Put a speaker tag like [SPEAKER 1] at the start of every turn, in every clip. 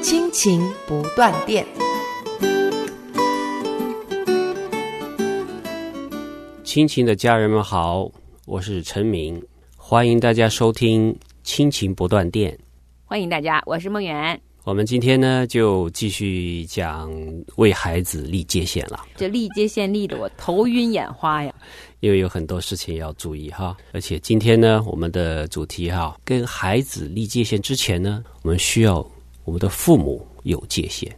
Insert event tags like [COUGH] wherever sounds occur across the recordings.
[SPEAKER 1] 亲情不断电。
[SPEAKER 2] 亲情的家人们好，我是陈明，欢迎大家收听《亲情不断电》。
[SPEAKER 3] 欢迎大家，我是梦圆。
[SPEAKER 2] 我们今天呢，就继续讲为孩子立界限了，
[SPEAKER 3] 这立接线立的我头晕眼花呀！
[SPEAKER 2] 因为有很多事情要注意哈。而且今天呢，我们的主题哈，跟孩子立界限之前呢，我们需要我们的父母有界限，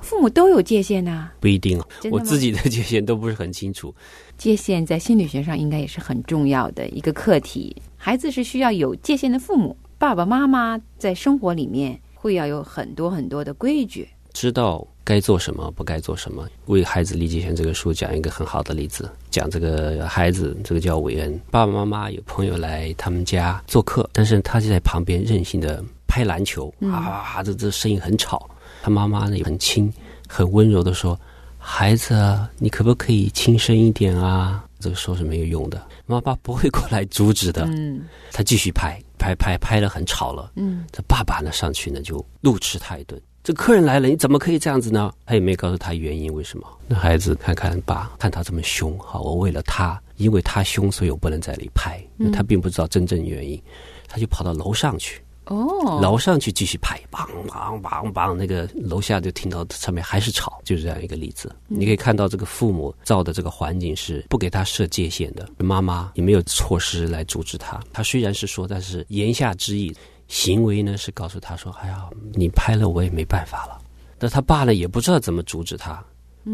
[SPEAKER 3] 父母都有界限呐、
[SPEAKER 2] 不一定啊
[SPEAKER 3] 真的
[SPEAKER 2] 我
[SPEAKER 3] 吗
[SPEAKER 2] 自己的界限都不是很清楚。
[SPEAKER 3] 界限在心理学上应该也是很重要的一个课题。孩子是需要有界限的父母，爸爸妈妈在生活里面会要有很多很多的规矩。
[SPEAKER 2] 知道该做什么，不该做什么。为孩子立界限这个书讲一个很好的例子，讲这个孩子，这个叫韦恩，爸爸妈妈有朋友来他们家做客，但是他就在旁边任性的拍篮球，啊，这这声音很吵。他妈妈呢也很轻，很温柔的说：“孩子啊，你可不可以轻声一点啊？”这个说是没有用的，妈妈不会过来阻止的。
[SPEAKER 3] 嗯
[SPEAKER 2] 他继续拍，拍拍拍了很吵了。
[SPEAKER 3] 嗯，
[SPEAKER 2] 这爸爸呢上去呢就怒斥他一顿。这客人来了，你怎么可以这样子呢？他也没告诉他原因为什么。那孩子看看爸，看他这么凶，好，我为了他，因为他凶，所以我不能在这里拍。因为他并不知道真正原因，他就跑到楼上去，
[SPEAKER 3] 哦，
[SPEAKER 2] 楼上去继续拍，梆梆梆梆，那个楼下就听到上面还是吵，就是这样一个例子。你可以看到这个父母造的这个环境是不给他设界限的，妈妈也没有措施来阻止他。他虽然是说，但是言下之意，行为呢是告诉他说：“哎呀，你拍了我也没办法了。”那他爸呢也不知道怎么阻止他，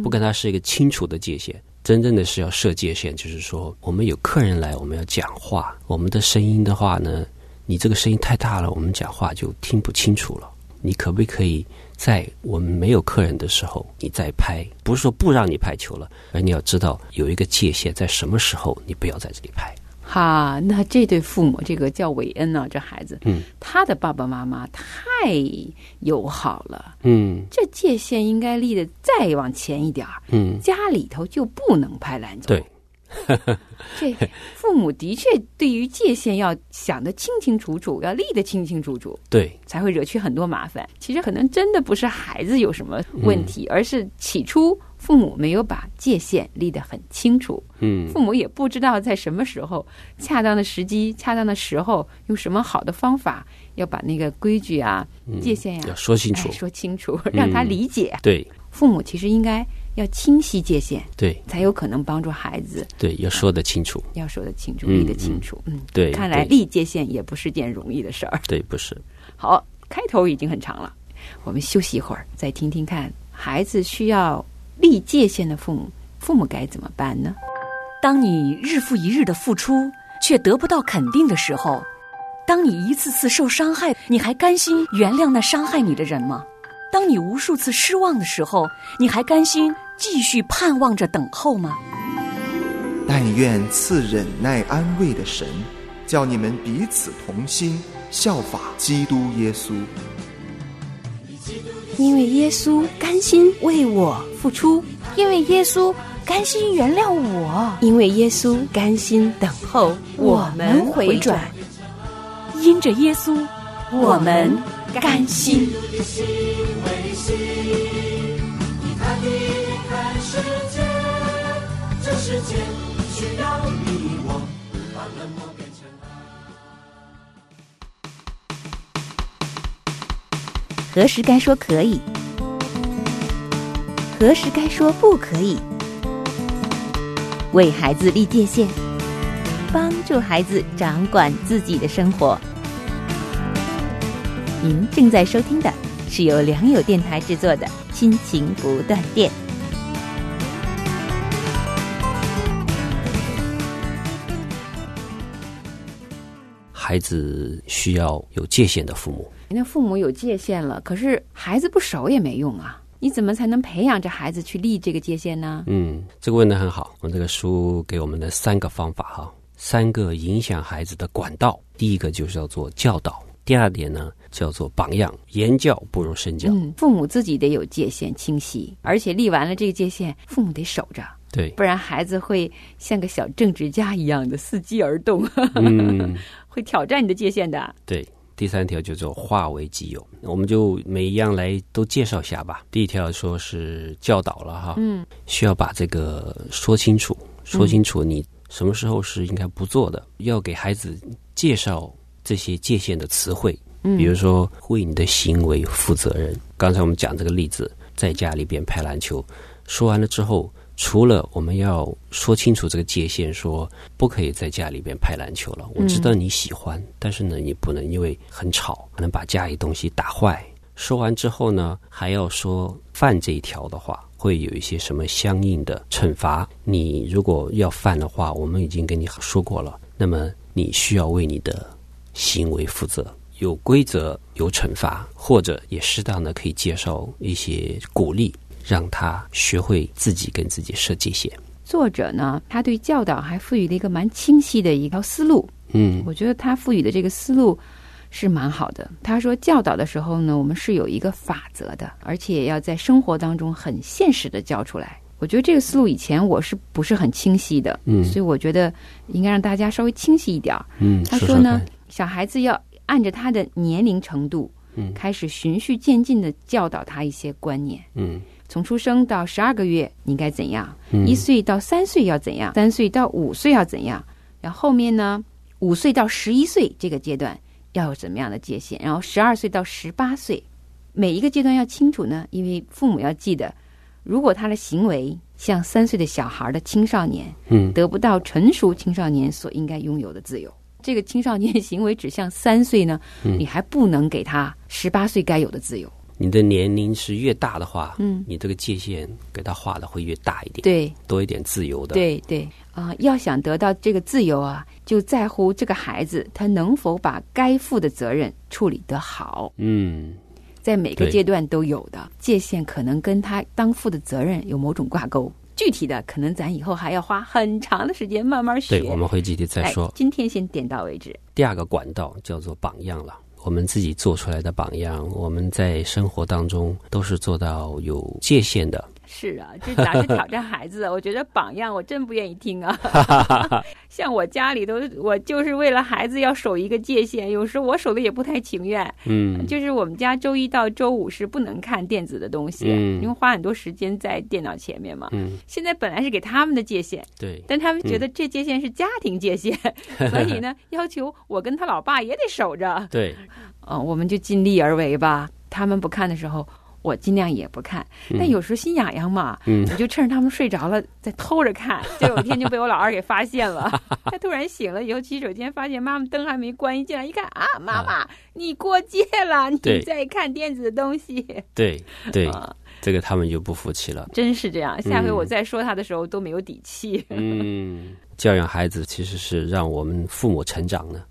[SPEAKER 2] 不跟他是一个清楚的界限。真正的是要设界限，就是说我们有客人来，我们要讲话，我们的声音的话呢，你这个声音太大了，我们讲话就听不清楚了。你可不可以在我们没有客人的时候，你再拍？不是说不让你拍球了，而你要知道有一个界限，在什么时候你不要在这里拍。
[SPEAKER 3] 哈，那这对父母，这个叫韦恩呢、这孩子，
[SPEAKER 2] 嗯，
[SPEAKER 3] 他的爸爸妈妈太友好了，
[SPEAKER 2] 嗯
[SPEAKER 3] 这界限应该立的再往前一点儿。
[SPEAKER 2] 嗯，
[SPEAKER 3] 家里头就不能拍篮球。
[SPEAKER 2] 对，
[SPEAKER 3] 这父母的确对于界限要想得清清楚楚，要立得清清楚楚，
[SPEAKER 2] 对，
[SPEAKER 3] 才会惹去很多麻烦。其实可能真的不是孩子有什么问题，而是起初父母没有把界限立得很清楚，
[SPEAKER 2] 嗯
[SPEAKER 3] 父母也不知道在什么时候、恰当的时机、恰当的时候，用什么好的方法要把那个规矩啊、界限呀、
[SPEAKER 2] 嗯要说清楚嗯
[SPEAKER 3] 哎。说清楚，让他理解。
[SPEAKER 2] 对
[SPEAKER 3] 父母其实应该要清晰界限。
[SPEAKER 2] 对
[SPEAKER 3] 才有可能帮助孩子啊
[SPEAKER 2] 对，要说得清楚。
[SPEAKER 3] 要说得清楚、
[SPEAKER 2] 嗯
[SPEAKER 3] 立得清楚。嗯，
[SPEAKER 2] 对，
[SPEAKER 3] 看来
[SPEAKER 2] 对
[SPEAKER 3] 立界限也不是件容易的事儿。
[SPEAKER 2] 对不是，
[SPEAKER 3] 好，开头已经很长了，我们休息一会儿，再听听看孩子需要立界限的父母，嗯父母该怎么办呢？
[SPEAKER 4] 当你日复一日的付出却得不到肯定的时候，当你一次次受伤害，你还甘心原谅那伤害你的人吗？当你无数次失望的时候，你还甘心继续盼望着等候吗？
[SPEAKER 5] 但愿赐忍耐安慰的神，叫你们彼此同心，效法基督耶稣。
[SPEAKER 6] 因为耶稣甘心为我付出，因为耶稣甘心原谅我，因为耶稣甘心等候我们回转。
[SPEAKER 4] 因着耶稣，我们甘心。
[SPEAKER 6] 何时该说可以，何时该说不可以，为孩子立界限，帮助孩子掌管自己的生活。您正在收听的是由良友电台制作的《亲情不断电》。
[SPEAKER 2] 孩孩子需要有界限的父母。
[SPEAKER 3] 那父母有界限了，可是孩子不熟也没用啊。你怎么才能培养着孩子去立这个界限呢？
[SPEAKER 2] 嗯，这个问的很好。我这个书给我们的三个方法哈，三个影响孩子的管道。第一个就是叫做教导，第二点呢叫做榜样，言教不如身教。
[SPEAKER 3] 嗯，父母自己得有界限清晰，而且立完了这个界限，父母得守着，
[SPEAKER 2] 对
[SPEAKER 3] 不，然孩子会像个小政治家一样的伺机而动，
[SPEAKER 2] 嗯，
[SPEAKER 3] [LAUGHS] 会挑战你的界限的。
[SPEAKER 2] 对。第三条叫做化为己有，我们就每一样来都介绍一下吧。第一条说是教导了哈，
[SPEAKER 3] 嗯，
[SPEAKER 2] 需要把这个说清楚，说清楚你什么时候是应该不做的，要给孩子介绍这些界限的词汇，
[SPEAKER 3] 嗯
[SPEAKER 2] 比如说为你的行为负责任。刚才我们讲这个例子，在家里边拍篮球，说完了之后，除了我们要说清楚这个界限，说不可以在家里边拍篮球了。我知道你喜欢，但是呢，你不能因为很吵，可能把家里东西打坏。说完之后呢，还要说犯这一条的话，会有一些什么相应的惩罚。你如果要犯的话，我们已经跟你说过了，那么你需要为你的行为负责。有规则，有惩罚，或者也适当的可以介绍一些鼓励，让他学会自己跟自己设界限。
[SPEAKER 3] 作者呢，他对教导还赋予了一个蛮清晰的一条思路，
[SPEAKER 2] 嗯
[SPEAKER 3] 我觉得他赋予的这个思路是蛮好的。他说，教导的时候呢，我们是有一个法则的，而且要在生活当中很现实的教出来。我觉得这个思路以前我是不是很清晰的，
[SPEAKER 2] 嗯
[SPEAKER 3] 所以我觉得应该让大家稍微清晰一点儿。
[SPEAKER 2] 嗯，
[SPEAKER 3] 他
[SPEAKER 2] 说
[SPEAKER 3] 说
[SPEAKER 2] 说
[SPEAKER 3] 呢
[SPEAKER 2] 看，
[SPEAKER 3] 小孩子要按着他的年龄程度，
[SPEAKER 2] 嗯
[SPEAKER 3] 开始循序渐进的教导他一些观念。
[SPEAKER 2] 嗯
[SPEAKER 3] 从出生到十二个月你应该怎样，
[SPEAKER 2] 嗯
[SPEAKER 3] 一、岁到三岁要怎样，三岁到五岁要怎样，然后后面呢，五岁到十一岁这个阶段要有什么样的界限，然后十二岁到十八岁，每一个阶段要清楚呢，因为父母要记得，如果他的行为像三岁的小孩的青少年，
[SPEAKER 2] 嗯
[SPEAKER 3] 得不到成熟青少年所应该拥有的自由。这个青少年行为指向三岁呢，
[SPEAKER 2] 嗯
[SPEAKER 3] 你还不能给他十八岁该有的自由。
[SPEAKER 2] 你的年龄是越大的话，
[SPEAKER 3] 嗯
[SPEAKER 2] 你这个界限给他画的会越大一点，，
[SPEAKER 3] 对
[SPEAKER 2] 多一点自由的，，
[SPEAKER 3] 对对啊、要想得到这个自由啊，就在乎这个孩子他能否把该负的责任处理得好，
[SPEAKER 2] 嗯
[SPEAKER 3] 在每个
[SPEAKER 2] 对
[SPEAKER 3] 阶段都有的界限，可能跟他当负的责任有某种挂钩。具体的，可能咱以后还要花很长的时间慢慢学。
[SPEAKER 2] 对，我们会具体再
[SPEAKER 3] 哎
[SPEAKER 2] 说。
[SPEAKER 3] 今天先点到为止。
[SPEAKER 2] 第二个管道叫做榜样了。我们自己做出来的榜样，我们在生活当中都是做到有界限的，
[SPEAKER 3] 是啊，这哪是挑战孩子啊？我觉得榜样我真不愿意听啊。像我家里头，我就是为了孩子要守一个界限，有时候我守的也不太情愿。
[SPEAKER 2] 嗯，
[SPEAKER 3] 就是我们家周一到周五是不能看电子的东西，
[SPEAKER 2] 嗯
[SPEAKER 3] 因为花很多时间在电脑前面嘛。
[SPEAKER 2] 嗯，
[SPEAKER 3] 现在本来是给他们的界限，
[SPEAKER 2] 对，嗯
[SPEAKER 3] 但他们觉得这界限是家庭界
[SPEAKER 2] [LAUGHS]
[SPEAKER 3] 限，所以呢，要求我跟他老爸也得守着。
[SPEAKER 2] 对，
[SPEAKER 3] 嗯、我们就尽力而为吧。他们不看的时候，我尽量也不看。但
[SPEAKER 2] 嗯
[SPEAKER 3] 有时候心痒痒嘛，
[SPEAKER 2] 嗯
[SPEAKER 3] 我就趁着他们睡着了再偷着
[SPEAKER 2] [LAUGHS]
[SPEAKER 3] 看。就有一天就被我老二给发现了，他突然醒了以后，洗手间发现妈妈灯还没关，一进来一看啊，妈妈你过界了，你
[SPEAKER 2] 对
[SPEAKER 3] 在看电子的东西。
[SPEAKER 2] 对对
[SPEAKER 3] 啊，
[SPEAKER 2] 这个他们就不服气了。
[SPEAKER 3] 真是这样，下回
[SPEAKER 2] 嗯
[SPEAKER 3] 我再说他的时候都没有底气。
[SPEAKER 2] 嗯，教养孩子其实是让我们父母成长呢。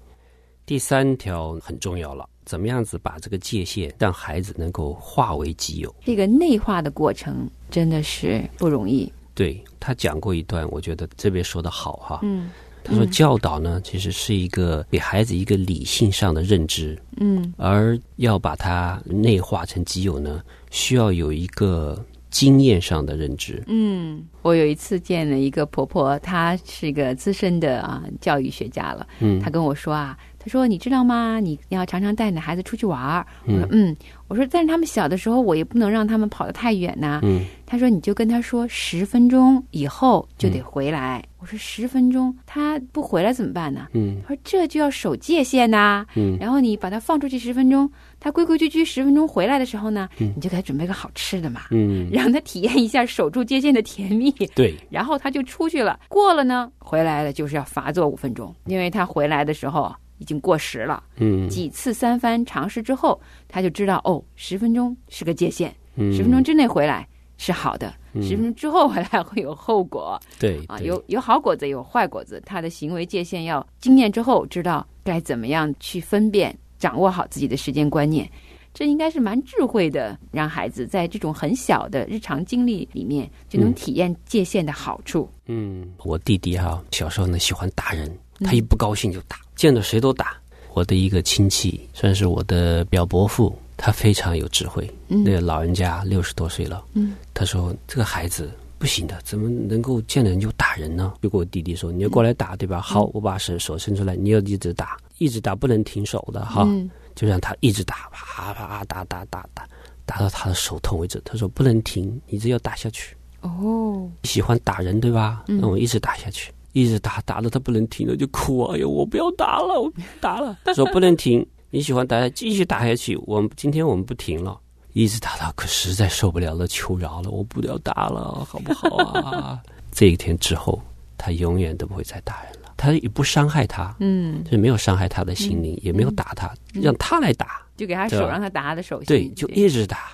[SPEAKER 2] 第三条很重要了，怎么样子把这个界限让孩子能够化为己有？
[SPEAKER 3] 这个内化的过程真的是不容易。
[SPEAKER 2] 对他讲过一段，我觉得这边说的好哈。
[SPEAKER 3] 嗯
[SPEAKER 2] 他说
[SPEAKER 3] 嗯
[SPEAKER 2] 教导呢，其实是一个给孩子一个理性上的认知，
[SPEAKER 3] 嗯
[SPEAKER 2] 而要把它内化成己有呢，需要有一个经验上的认知。
[SPEAKER 3] 嗯，我有一次见了一个婆婆，她是个资深的啊教育学家了。
[SPEAKER 2] 嗯
[SPEAKER 3] 他跟我说啊，他说你知道吗？你要常常带你的孩子出去玩儿。我说
[SPEAKER 2] 嗯
[SPEAKER 3] 嗯，我说但是他们小的时候，我也不能让他们跑得太远呐、
[SPEAKER 2] 嗯
[SPEAKER 3] 他说你就跟他说十分钟以后就得回来。我说十分钟，他不回来怎么办呢？
[SPEAKER 2] 嗯
[SPEAKER 3] 他说这就要守界限呐、
[SPEAKER 2] 嗯
[SPEAKER 3] 然后你把他放出去十分钟，他规规矩矩十分钟回来的时候呢，你就给他准备个好吃的嘛，
[SPEAKER 2] 嗯，
[SPEAKER 3] 让他体验一下守住界限的甜蜜。
[SPEAKER 2] 对，
[SPEAKER 3] 然后他就出去了，过了呢，回来了就是要罚坐五分钟，因为他回来的时候已经过时了。
[SPEAKER 2] 嗯
[SPEAKER 3] 几次三番尝试之后，他就知道哦，十分钟是个界限，
[SPEAKER 2] 嗯
[SPEAKER 3] 十分钟之内回来是好的，
[SPEAKER 2] 嗯
[SPEAKER 3] 十分钟之后回来会有后果
[SPEAKER 2] 对
[SPEAKER 3] 啊，
[SPEAKER 2] 对
[SPEAKER 3] 有有好果子，有坏果子。他的行为界限要经验之后知道该怎么样去分辨，掌握好自己的时间观念。这应该是蛮智慧的，让孩子在这种很小的日常经历里面就能
[SPEAKER 2] 嗯
[SPEAKER 3] 体验界限的好处。
[SPEAKER 2] 嗯，我弟弟哈、小时候呢喜欢打人，
[SPEAKER 3] 嗯
[SPEAKER 2] 他一不高兴就打，见到谁都打。我的一个亲戚，算是我的表伯父，他非常有智慧。
[SPEAKER 3] 嗯
[SPEAKER 2] 那个老人家六十多岁了，
[SPEAKER 3] 嗯，
[SPEAKER 2] 他说这个孩子不行的，怎么能够见人就打人呢？就跟我弟弟说，你要过来打，对吧？
[SPEAKER 3] 嗯
[SPEAKER 2] 好，我把手手伸出来，你要一直打，一直打，不能停手的哈。
[SPEAKER 3] 嗯
[SPEAKER 2] 就让他一直打，啪啪打打打打，打到他的手痛为止。他说不能停，你这要打下去。
[SPEAKER 3] 哦，
[SPEAKER 2] 喜欢打人对吧？
[SPEAKER 3] 嗯
[SPEAKER 2] 那我一直打下去，一直打，打到他不能停了就哭，哎呦，我不要打了，我不打了，说不能停，你喜欢打继续打下去，我们今天我们不停了。一直打到可实在受不了了，求饶了，我不要打了，好不好
[SPEAKER 3] [LAUGHS]
[SPEAKER 2] 啊？这一天之后，他永远都不会再打人了，他也不伤害他，
[SPEAKER 3] 嗯，
[SPEAKER 2] 就是没有伤害他的心灵，也没有打他，让他来打，
[SPEAKER 3] 就给他手
[SPEAKER 2] 对吧
[SPEAKER 3] 让他打他的手心，
[SPEAKER 2] 对，就一直打，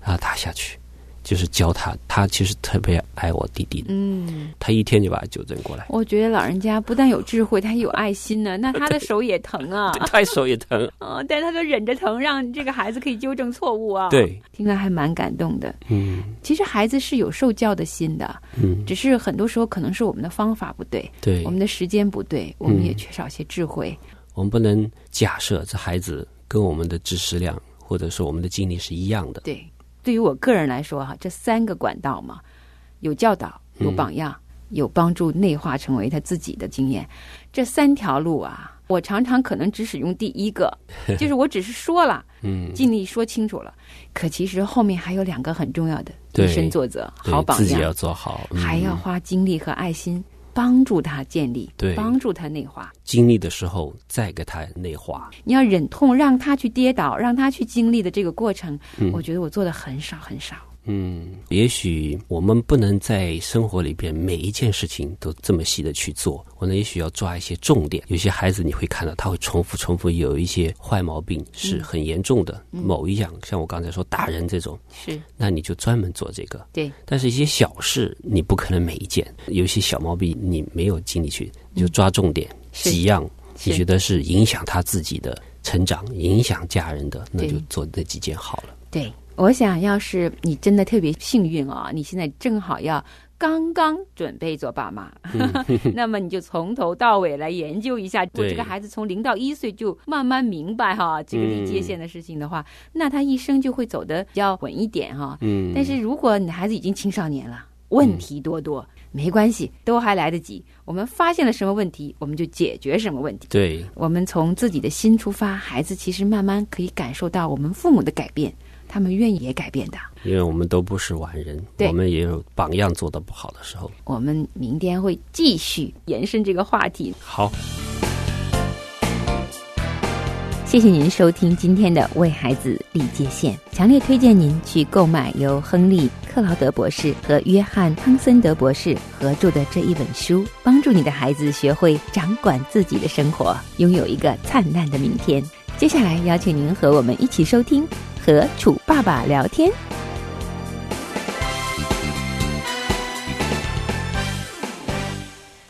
[SPEAKER 2] 让他打下去，就是教他。他其实特别爱我弟弟的，
[SPEAKER 3] 嗯，
[SPEAKER 2] 他一天就把他纠正过来，
[SPEAKER 3] 我觉得老人家不但有智慧，他也有爱心呢。那他的手也疼啊，
[SPEAKER 2] [LAUGHS] 对他手
[SPEAKER 3] [LAUGHS]
[SPEAKER 2] 也疼。
[SPEAKER 3] 嗯，但是他都忍着疼，让这个孩子可以纠正错误啊。，
[SPEAKER 2] 对，
[SPEAKER 3] 听了还蛮感动的。
[SPEAKER 2] 嗯
[SPEAKER 3] 其实孩子是有受教的心的，
[SPEAKER 2] 嗯，
[SPEAKER 3] 只是很多时候可能是我们的方法不对，
[SPEAKER 2] 对
[SPEAKER 3] 我，们的时间不对，我们
[SPEAKER 2] 嗯
[SPEAKER 3] 也缺少一些智慧。
[SPEAKER 2] 我们不能假设这孩子跟我们的知识量或者说我们的经历是一样的。
[SPEAKER 3] 对，对于我个人来说哈，这三个管道嘛，有教导，有
[SPEAKER 2] 嗯
[SPEAKER 3] 榜样，有帮助内化成为他自己的经验，这三条路啊，我常常可能只使用第一
[SPEAKER 2] [LAUGHS]
[SPEAKER 3] 个，就是我只是说了，
[SPEAKER 2] 嗯，
[SPEAKER 3] 尽力说清楚了，可其实后面还有两个很重要的，以
[SPEAKER 2] 对
[SPEAKER 3] 身作则，
[SPEAKER 2] 对
[SPEAKER 3] 好榜
[SPEAKER 2] 自己要
[SPEAKER 3] 样，
[SPEAKER 2] 做好，嗯
[SPEAKER 3] 还要花精力和爱心帮助他建立，
[SPEAKER 2] 对
[SPEAKER 3] 帮助他内化。
[SPEAKER 2] 经历的时候再给他内化。
[SPEAKER 3] 你要忍痛让他去跌倒，让他去经历的这个过程，
[SPEAKER 2] 嗯
[SPEAKER 3] 我觉得我做的很少很少。
[SPEAKER 2] 嗯，也许我们不能在生活里边每一件事情都这么细的去做，我们也许要抓一些重点。有些孩子你会看到他会重复重复，有一些坏毛病是
[SPEAKER 3] 嗯
[SPEAKER 2] 很严重的，某一样，像我刚才说打人这种，
[SPEAKER 3] 是
[SPEAKER 2] 那你就专门做这个。
[SPEAKER 3] 对，
[SPEAKER 2] 但是一些小事你不可能每一件，有一些小毛病你没有精力去，你就抓重点、
[SPEAKER 3] 嗯是
[SPEAKER 2] 几样，
[SPEAKER 3] 是
[SPEAKER 2] 你觉得是影响他自己的成长、影响家人的，那
[SPEAKER 3] 对
[SPEAKER 2] 就做那几件好了。
[SPEAKER 3] 对，我想要是你真的特别幸运啊、你现在正好要刚刚准备做爸妈，那么你就从头到尾来研究一下，如果
[SPEAKER 2] 对
[SPEAKER 3] 这个孩子从零到一岁就慢慢明白哈、这个立界
[SPEAKER 2] 嗯
[SPEAKER 3] 限的事情的话，那他一生就会走得比较稳一点哈、
[SPEAKER 2] 嗯，
[SPEAKER 3] 但是如果你的孩子已经青少年了，问题多多，
[SPEAKER 2] 嗯
[SPEAKER 3] 没关系，都还来得及。我们发现了什么问题，我们就解决什么问题。
[SPEAKER 2] 对。
[SPEAKER 3] 我们从自己的心出发，孩子其实慢慢可以感受到我们父母的改变，他们愿意也改变的。
[SPEAKER 2] 因为我们都不是完人，
[SPEAKER 3] 对
[SPEAKER 2] 我们也有榜样做的不好的时候。
[SPEAKER 3] 我们明天会继续延伸这个话题。
[SPEAKER 2] 好，
[SPEAKER 6] 谢谢您收听今天的《为孩子立界限》，强烈推荐您去购买由亨利·克劳德博士和约翰·康森德博士合著的这一本书，帮助你的孩子学会掌管自己的生活，拥有一个灿烂的明天。接下来邀请您和我们一起收听《和楚爸爸聊天》。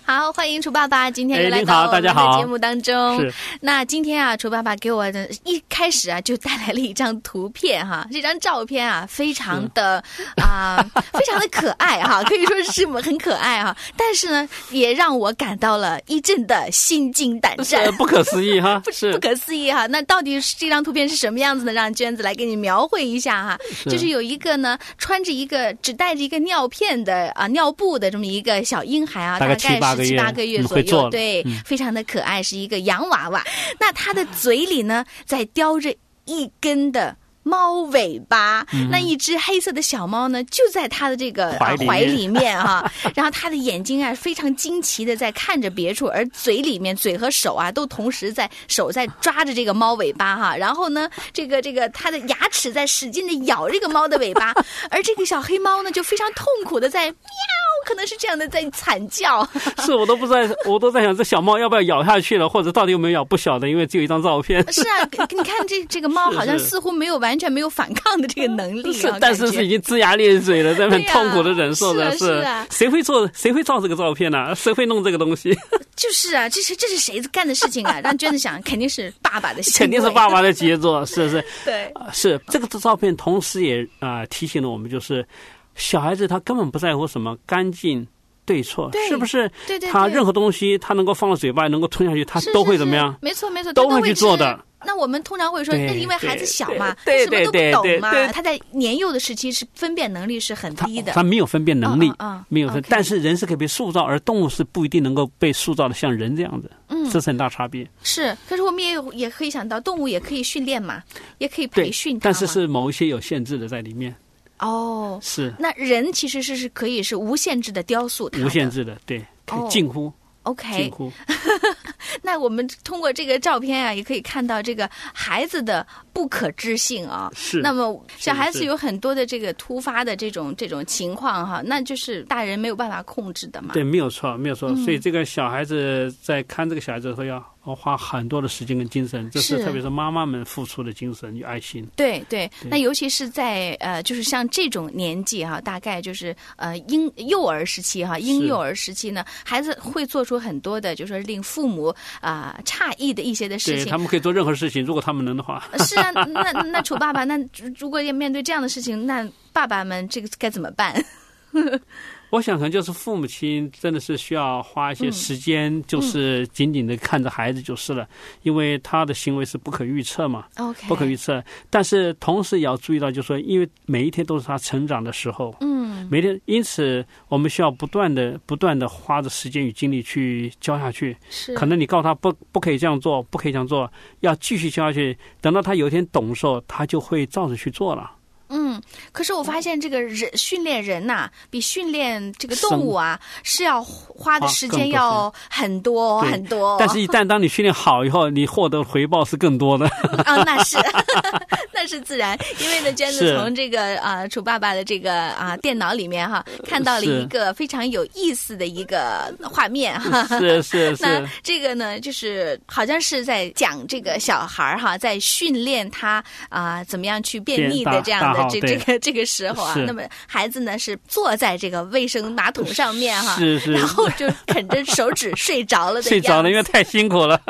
[SPEAKER 7] 好，欢迎楚爸爸，今天又
[SPEAKER 8] 哎
[SPEAKER 7] 来
[SPEAKER 8] 您
[SPEAKER 7] 到
[SPEAKER 8] 好
[SPEAKER 7] 我
[SPEAKER 8] 大
[SPEAKER 7] 们
[SPEAKER 8] 家
[SPEAKER 7] 的
[SPEAKER 8] 好
[SPEAKER 7] 节目当中。
[SPEAKER 8] 是
[SPEAKER 7] 那今天啊，楚爸爸给我的一开始啊，就带来了一张图片哈，这张照片啊，非常的啊、 [LAUGHS] 非常的可爱哈，可以说是很可爱哈。但是呢，也让我感到了一阵的心惊胆
[SPEAKER 8] [LAUGHS]
[SPEAKER 7] 战，
[SPEAKER 8] 呃不可思议哈，是
[SPEAKER 7] 不可思议哈！那到底是这张图片是什么样子的？让娟子来给你描绘一下哈。
[SPEAKER 8] 是
[SPEAKER 7] 就是有一个呢，穿着一个只带着一个尿片的啊尿布的这么一个小婴孩啊，大
[SPEAKER 8] 大概
[SPEAKER 7] 概
[SPEAKER 8] 七八
[SPEAKER 7] 是
[SPEAKER 8] 个
[SPEAKER 7] 七
[SPEAKER 8] 月
[SPEAKER 7] 八个月
[SPEAKER 8] 嗯
[SPEAKER 7] 左
[SPEAKER 8] 会坐
[SPEAKER 7] 右，
[SPEAKER 8] 了
[SPEAKER 7] 对
[SPEAKER 8] 嗯，
[SPEAKER 7] 非常的可爱，是一个洋娃娃。那他的嘴里呢，在叼着一根的。猫尾巴，
[SPEAKER 8] 嗯
[SPEAKER 7] 那一只黑色的小猫呢，就在他的这个啊
[SPEAKER 8] 怀里
[SPEAKER 7] 怀里面啊， [LAUGHS] 然后他的眼睛啊非常惊奇的在看着别处，而嘴里面嘴和手啊都同时在手在抓着这个猫尾巴哈，然后呢，这个这个他的牙齿 [LAUGHS] 在使劲的咬这个猫的尾巴，而这个小黑猫呢就非常痛苦的在喵，可可能是这样的在惨叫。
[SPEAKER 8] 是我都不在，我都在想这小猫要不要咬下去了，或者到底有没有咬，不晓得，因为只有一张照片。
[SPEAKER 7] 是啊，你看这这个猫好像似乎没有完全没有反抗的这个能力、啊，
[SPEAKER 8] [LAUGHS] 是但是是已经龇牙咧嘴了，在很痛苦的忍受着、
[SPEAKER 7] 啊。
[SPEAKER 8] 是、
[SPEAKER 7] 啊、
[SPEAKER 8] 谁会做？谁会造这个照片
[SPEAKER 2] 啊
[SPEAKER 8] 呢？谁会弄这个东西？
[SPEAKER 7] 就是啊，这是这是谁干的事情啊？让娟子想，肯定是爸爸的，
[SPEAKER 8] 肯定是爸爸的杰作，是不是？
[SPEAKER 7] [LAUGHS] 对，
[SPEAKER 8] 呃、是这个照片，同时也啊、呃、提醒了我们，就是小孩子他根本不在乎什么干净对错，
[SPEAKER 7] 对
[SPEAKER 8] 呃是不是？
[SPEAKER 7] 对,对对，
[SPEAKER 8] 他任何东西他能够放到嘴巴，能够吞下去，他都会怎么样？是是
[SPEAKER 7] 是没错没错，
[SPEAKER 8] 都会去做的。
[SPEAKER 7] 那我们通常会说，那因为孩子小嘛，
[SPEAKER 8] 对
[SPEAKER 7] 对对什么都不懂嘛，他在年幼的时期是分辨能力是很低的，
[SPEAKER 8] 他没有分辨能力，
[SPEAKER 7] 嗯嗯、
[SPEAKER 8] 没有分、嗯 okay。但是人是可以被塑造，而动物是不一定能够被塑造的像人这样的，
[SPEAKER 7] 嗯，
[SPEAKER 8] 这是很大差别。
[SPEAKER 7] 是，可是我们也有也可以想到，动物也可以训练嘛，也可以培训
[SPEAKER 8] 但是是某一些有限制的在里面。
[SPEAKER 7] 哦，
[SPEAKER 8] 是。
[SPEAKER 7] 那人其实是是可以是无限制的雕塑它，
[SPEAKER 8] 无限制的，对，可以近乎。
[SPEAKER 7] 哦 OK， [LAUGHS]
[SPEAKER 8] 那
[SPEAKER 7] 我们通过这个照片啊，也可以看到这个孩子的不可知性啊。
[SPEAKER 8] 是。
[SPEAKER 7] 那么小孩子有很多的这个突发的这种这种情况哈、啊，那就是大人没有办法控制的嘛。
[SPEAKER 8] 对，没有错，没有错。嗯、所以这个小孩子在看这个小孩子的时候要。要花很多的时间跟精
[SPEAKER 7] 嗯
[SPEAKER 8] 神，这是特别是妈妈们付出的精神与爱心。
[SPEAKER 7] 对对，那尤其是在呃，就是像这种年纪哈、啊，大概就是呃婴幼儿时期哈、啊，婴幼儿时期呢，孩子会做出很多的，就是令父母啊、呃、诧异的一些的事情。
[SPEAKER 8] 他们可以做任何事情，如果他们能的话。
[SPEAKER 7] 是啊，那那楚爸爸，那如果要面对这样的事情，那爸爸们这个该怎么办？
[SPEAKER 8] 我想可能就是父母亲真的是需要花一些
[SPEAKER 7] 嗯
[SPEAKER 8] 时间，就是紧紧的看着孩子就是了，因为他的行为是不可预测嘛，不可预测。但是同时也要注意到，就是说，因为每一天都是他成长的时候，
[SPEAKER 7] 嗯，
[SPEAKER 8] 每天，因此我们需要不断的、不断的花着时间与精力去教下去。
[SPEAKER 7] 是，
[SPEAKER 8] 可能你告诉他不不可以这样做，不可以这样做，要继续教下去，等到他有一天懂的时候，他就会照着去做了。
[SPEAKER 7] 嗯，可是我发现这个人训练人呐、啊，比训练这个动物啊，是要花的时间要很多很多。
[SPEAKER 8] 但是，一旦当你训练好以后，你获得回报是更多的。
[SPEAKER 7] [LAUGHS] 啊哦，那是，那是自然，因为呢，娟子从这个啊楚、呃、爸爸的这个啊、呃、电脑里面哈，看到了一个非常有意思的一个画面哈。 [LAUGHS]
[SPEAKER 8] 是是是。
[SPEAKER 7] 那这个呢，就是好像是在讲这个小孩儿哈，在训练他啊、呃、怎么样去便秘的这样的。这这个这个时候啊，那么孩子呢是坐在这个卫生马桶上面哈、啊，
[SPEAKER 8] 是是，
[SPEAKER 7] 然后就啃着手
[SPEAKER 8] [LAUGHS]
[SPEAKER 7] 指睡着了的，
[SPEAKER 8] 睡着了，因为太辛苦了。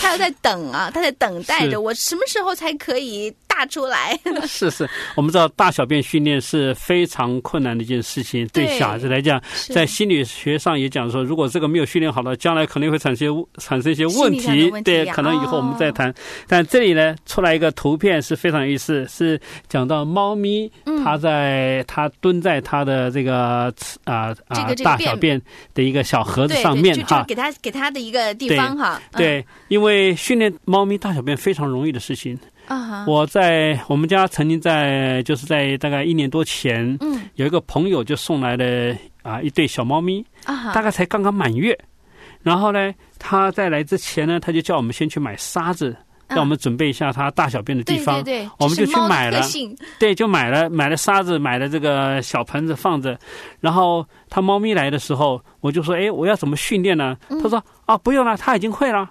[SPEAKER 7] 他要在等啊，他在等待着我什么时候才可以大出来。 [LAUGHS]
[SPEAKER 8] 是是，我们知道大小便训练是非常困难的一件事情，对小孩子来讲，在心理学上也讲说，如果这个没有训练好了，将来可能会产生产生一些问
[SPEAKER 7] 题，
[SPEAKER 8] 问题对、
[SPEAKER 7] 啊，
[SPEAKER 8] 可能以后我们再谈、哦。但这里呢，出来一个图片是非常有意思，是讲到。猫咪，
[SPEAKER 7] 嗯
[SPEAKER 8] 它在它蹲在它的这个啊啊、
[SPEAKER 7] 这个、
[SPEAKER 8] 大小便的一个小盒子上面哈，
[SPEAKER 7] 给它给它的一个地方哈。
[SPEAKER 8] 对，嗯、因为训练猫咪大小便非常容易的事情。
[SPEAKER 7] Uh -huh.
[SPEAKER 8] 我在我们家曾经在就是在大概一年多前，
[SPEAKER 7] 嗯，
[SPEAKER 8] 有一个朋友就送来了啊、呃、一对小猫咪
[SPEAKER 7] ，uh -huh.
[SPEAKER 8] 大概才刚刚满月。然后呢，他在来之前呢，他就叫我们先去买沙子。
[SPEAKER 7] 嗯
[SPEAKER 8] 让我们准备一下它大小便的地方，
[SPEAKER 7] 对对对
[SPEAKER 8] 我们就去买了，对，就买了，买了沙子，买了这个小盆子放着。然后它猫咪来的时候，我就说：“哎，我要怎么训练呢？”他、
[SPEAKER 7] 嗯、
[SPEAKER 8] 说：“哦啊，不用了，它已经会了。”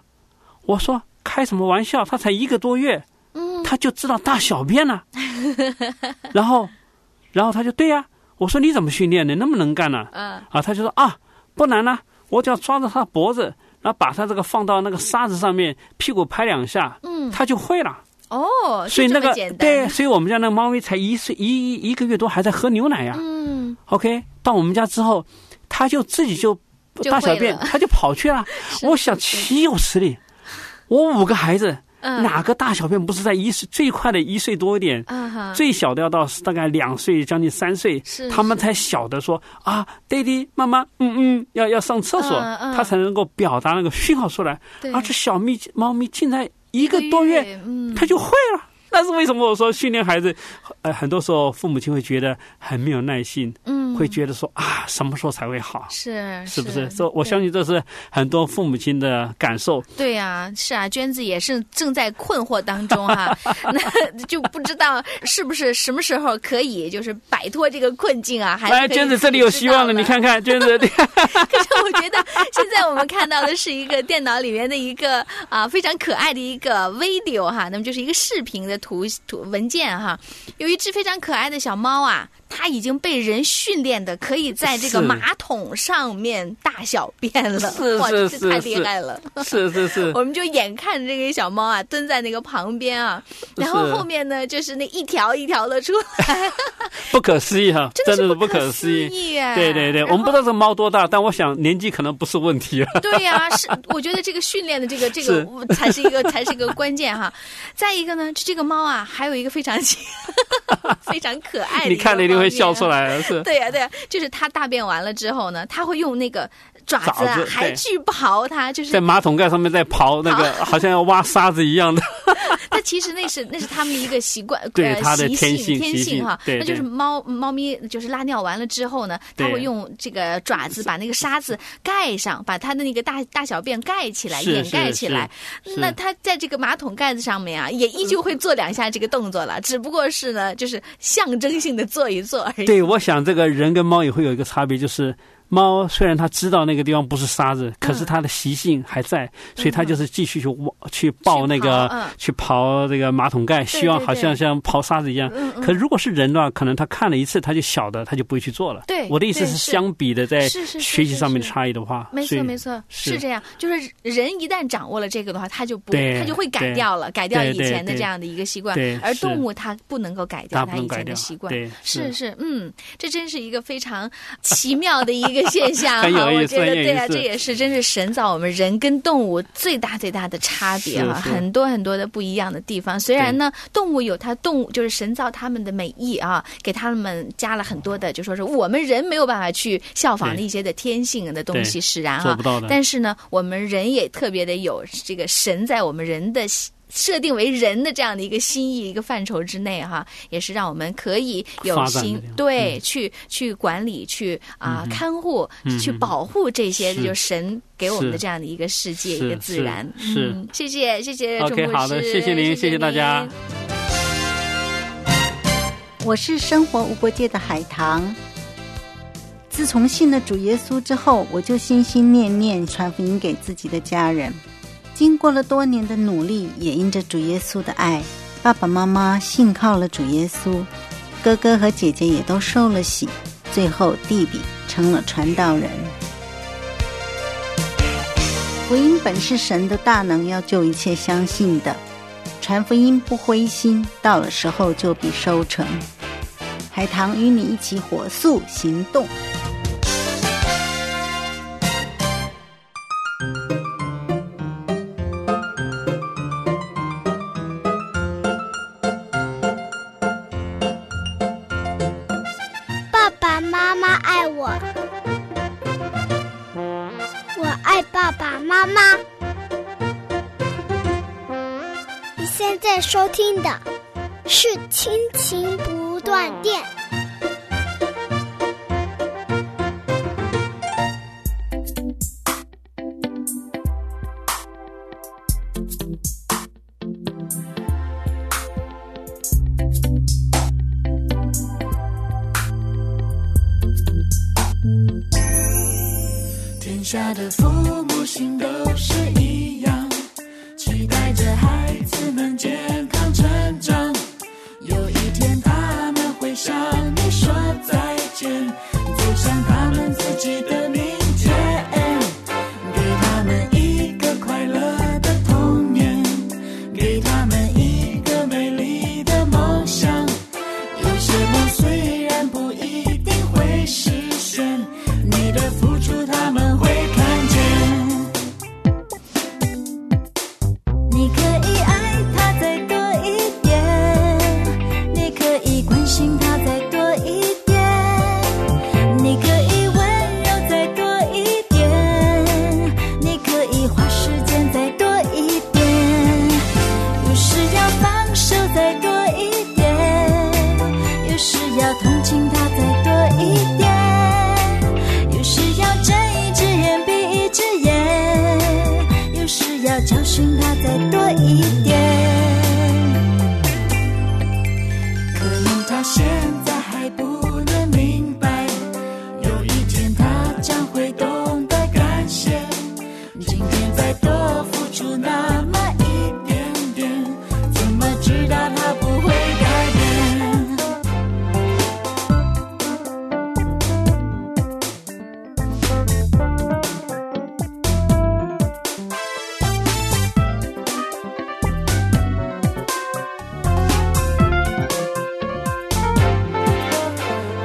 [SPEAKER 8] 我说：“开什么玩笑？它才一个多月，它就知道大小便了。
[SPEAKER 7] 嗯”
[SPEAKER 8] 然后，然后他就对呀、啊，我说：“你怎么训练的？那么能干呢、
[SPEAKER 7] 啊？”
[SPEAKER 8] 啊，他就说：“啊，不难呢、啊，我只要抓着它脖子。”然后把它这个放到那个沙子上面，屁股拍两下，
[SPEAKER 7] 嗯，
[SPEAKER 8] 它就会了。
[SPEAKER 7] 哦，
[SPEAKER 8] 所以那个对，所以我们家那
[SPEAKER 7] 个
[SPEAKER 8] 猫咪才一岁一一个月多，还在喝牛奶呀、啊。
[SPEAKER 7] 嗯
[SPEAKER 8] ，OK，到我们家之后，它就自己就大小便，
[SPEAKER 7] [LAUGHS]
[SPEAKER 8] 它就跑去了。我想岂有此理！我五个孩子。
[SPEAKER 7] 嗯、
[SPEAKER 8] 哪个大小便不是在一岁最快的一岁多一点、
[SPEAKER 7] 嗯，
[SPEAKER 8] 最小的要到大概两岁将近三岁，他们才晓得说啊，爹地妈妈，嗯嗯，要要上厕所、
[SPEAKER 7] 嗯，
[SPEAKER 8] 他才能够表达那个讯号出来。啊，这小咪猫咪竟然一个多
[SPEAKER 7] 哎
[SPEAKER 8] 月，
[SPEAKER 7] 嗯
[SPEAKER 8] 它就会了。那是为什么？我说训练孩子，呃，很多时候父母亲会觉得很没有耐心，
[SPEAKER 7] 嗯。
[SPEAKER 8] 会觉得说啊，什么时候才会好？
[SPEAKER 7] 是
[SPEAKER 8] 是不啊是？这我相信这是很多父母亲的感受。
[SPEAKER 7] 对呀，是啊，娟子也是正在困惑当中
[SPEAKER 8] [LAUGHS]
[SPEAKER 7] 哈，那 [LAUGHS] 就不知道是不是什么时候可以就是摆脱这个困境啊？还
[SPEAKER 8] 来，哎娟子这里有希望了，你看看娟 [LAUGHS] 子。可
[SPEAKER 7] 是我觉得现在我们看到的是一个电脑里面的一个啊非常可爱的一个 video 哈，那么就是一个视频的图图文件哈，有一只非常可爱的小猫啊。它已经被人训练的可以在这个马桶上面大小便了，
[SPEAKER 8] 是呃
[SPEAKER 7] 哇，
[SPEAKER 8] 这
[SPEAKER 7] 太厉害了！
[SPEAKER 8] 是是是，
[SPEAKER 7] 我们就眼看这个小猫啊蹲在那个旁边啊，然后后面呢就是那一条一条的出
[SPEAKER 8] [LAUGHS]
[SPEAKER 7] 来，
[SPEAKER 8] 不可思议哈、啊，真
[SPEAKER 7] 的
[SPEAKER 8] 是
[SPEAKER 7] 不
[SPEAKER 8] 可思议！啊对对对，
[SPEAKER 7] 我
[SPEAKER 8] 们不知道这猫多大，但我想年纪可能不是问题
[SPEAKER 7] 啊。 [LAUGHS] 对呀、啊，是我觉得这个训练的这个这个才是一个才是一个关键哈。再一个呢，这个猫啊还有一个非常 [LAUGHS] 非常可爱的，
[SPEAKER 8] [LAUGHS] 你看了一定。会笑出来了，是。
[SPEAKER 7] 啊对呀、啊，对呀、啊，就是它大便完了之后呢，它会用那个爪
[SPEAKER 8] 子啊，
[SPEAKER 7] 还去刨它，就是
[SPEAKER 8] 在马桶盖上面在刨那个，好像要挖沙子一样的。 [LAUGHS]
[SPEAKER 7] [LAUGHS] 那其实那是那是他们一个习惯，
[SPEAKER 8] 对它的
[SPEAKER 7] 天
[SPEAKER 8] 性
[SPEAKER 7] 天
[SPEAKER 8] 性
[SPEAKER 7] 哈，
[SPEAKER 8] 对对
[SPEAKER 7] 那就是猫猫咪就是拉尿完了之后呢，它会用这个爪子把那个沙子盖上，把它的那个大大小便盖起来，掩盖起来。那它在这个马桶盖子上面啊，也依旧会做两下这个动作了，
[SPEAKER 8] [LAUGHS]
[SPEAKER 7] 只不过是呢，就是象征性的做一做而已。嗯
[SPEAKER 8] 对，我想这个人跟猫也会有一个差别，就是。猫虽然它知道那个地方不是沙子，可是它的习性还在，所以它就是继续去挖、去刨那
[SPEAKER 7] 嗯
[SPEAKER 8] 个、去刨这个马桶盖，希望好像像刨沙子一样。
[SPEAKER 7] 嗯
[SPEAKER 8] 可如果是人的话，可能他看了一次，他就晓得，他就不会去做了。
[SPEAKER 7] 对，
[SPEAKER 8] 我的意思是，相比的在学习上面的差异的话，
[SPEAKER 7] 没错没错，啊是这样。就是人一旦掌握了这个的话，他就不他就会改掉了，改掉以前的这样的一个习惯。而动物它不能够改掉它以前的习惯。是是，嗯，这真是一个非常奇妙的一个。现象哈，我觉得对呀、啊，这也是真是神造我们人跟动物最大最大的差别啊，很多很多的不一样的地方。虽然呢，动物有它动物就是神造他们的美意啊，给他们加了很多的，就说是我们人没有办法去效仿的一些的天性的东西，使然啊，
[SPEAKER 8] 嗯
[SPEAKER 7] 但是呢，我们人也特别的有这个神在我们人的。设定为人的这样的一个心意一个范畴之内哈，也是让我们可以有心对
[SPEAKER 8] 嗯
[SPEAKER 7] 去去管理去啊看护去保护这些就神给我们的这样的一个世界一个自然嗯
[SPEAKER 8] 是
[SPEAKER 7] 谢谢谢谢
[SPEAKER 8] OK 好的谢谢您谢谢大家。
[SPEAKER 9] 我是生活无国界的海棠。自从信了主耶稣之后，我就心心念念传福音给自己的家人。经过了多年的努力，也因着主耶稣的爱，爸爸妈妈信靠了主耶稣，哥哥和姐姐也都受了洗，最后弟弟成了传道人。福音本是神的大能，要救一切相信的。传福音不灰心，到了时候就必收成。海棠与你一起火速行动。
[SPEAKER 10] 收听的是亲情不断电。
[SPEAKER 11] 天下的父母心都是一样，期待着孩子们健。成长，有一天他们会向你说再见，走向他们自己的明天，给他们一个快乐的童年，给他们一个美丽的梦想。有些梦虽然不一定会实现，你的付出他们会看见。你可以爱他再多。心他再多一点，你可以温柔再多一点，你可以花时间再多一点，有时要放手再多一点，有时要同情他再多一点。
[SPEAKER 2] 寻它再多一点。可能它现在还不能明白，有一天它将会懂得感谢。今天再多付出那么一点点，怎么知道它不会改变？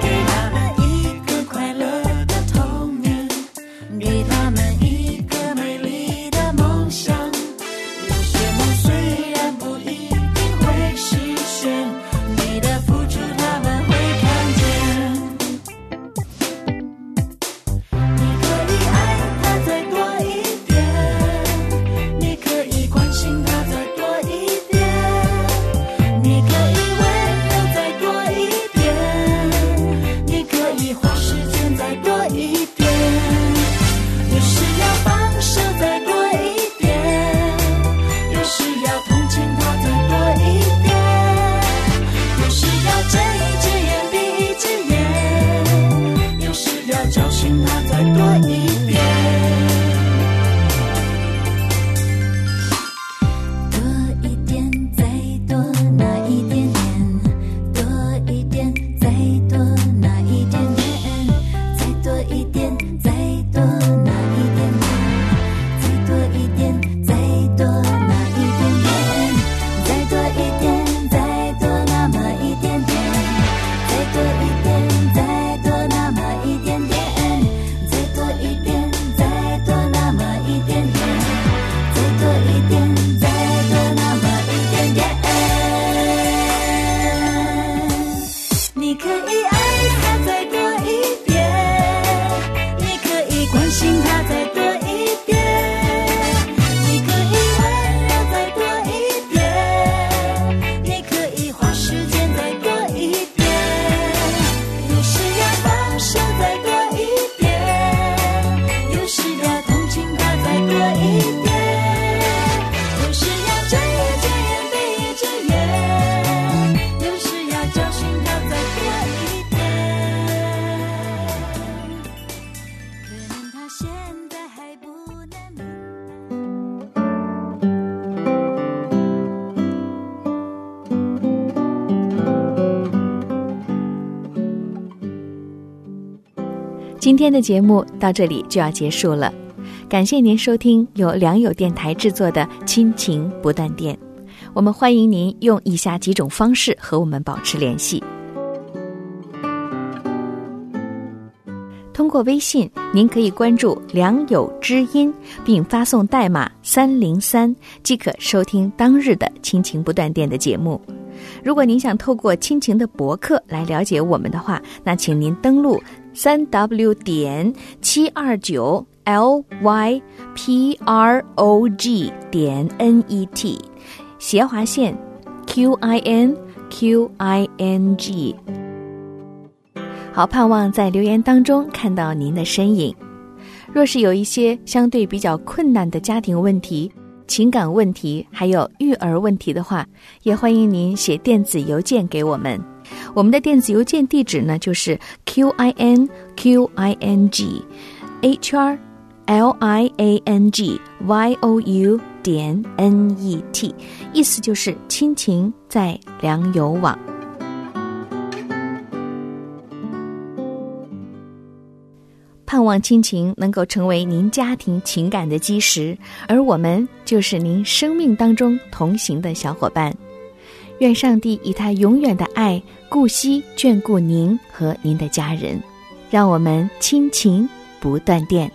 [SPEAKER 2] 给他们一个快乐的童年，给他们一个美丽的梦想。有些梦虽然不一定会实现，你的付出他们会看见。你可以爱他再多一点，你可以关心他再多一点，你可以温柔再多一点。你可以花时间再多一点，有时要放手再多一点，有时要同情他再多一点，有时要睁一只眼闭一只眼，有时要教训他再多一点。多一点，再多那一点点。多一点，再多那一点点，再多一点，再多那一点点，再多一点，再多那一点点，再多一点，再多那么一点点，再多一点，再多那么一点点，再多一点，再多那么一点点，再多一点，再多那么一点点。你可以爱他再多一点，你可以关心他再多一点，你可以温柔再多一点，你可以花时间再多一点，有时要放手再多一哎点，有时要同情他再多一点，有时要睁一只眼闭一只眼。有时要教训他再多一点，可能他现在还不能。
[SPEAKER 7] 今天的节目到这里就要结束了，感谢您收听由良友电台制作的《亲情不断电》，我们欢迎您用以下几种方式和我们保持联系：通过微信，您可以关注“良友知音”，并发送代码三零三，即可收听当日的《亲情不断电》的节目。如果您想透过亲情的博客来了解我们的话，那请您登录三 w 点七二九 l y p r o g 点 n e t 斜划线 q i n q i n g。好，盼望在留言当中看到您的身影。若是有一些相对比较困难的家庭问题、情感问题，还有育儿问题的话，也欢迎您写电子邮件给我们。我们的电子邮件地址呢，就是 q i n q i n g h r l i a n g y o u 点 n e t，意思就是亲情在良友网。盼望亲情能够成为您家庭情感的基石，而我们就是您生命当中同行的小伙伴。愿上帝以他永远的爱顾惜眷顾您和您的家人，让我们亲情不断电。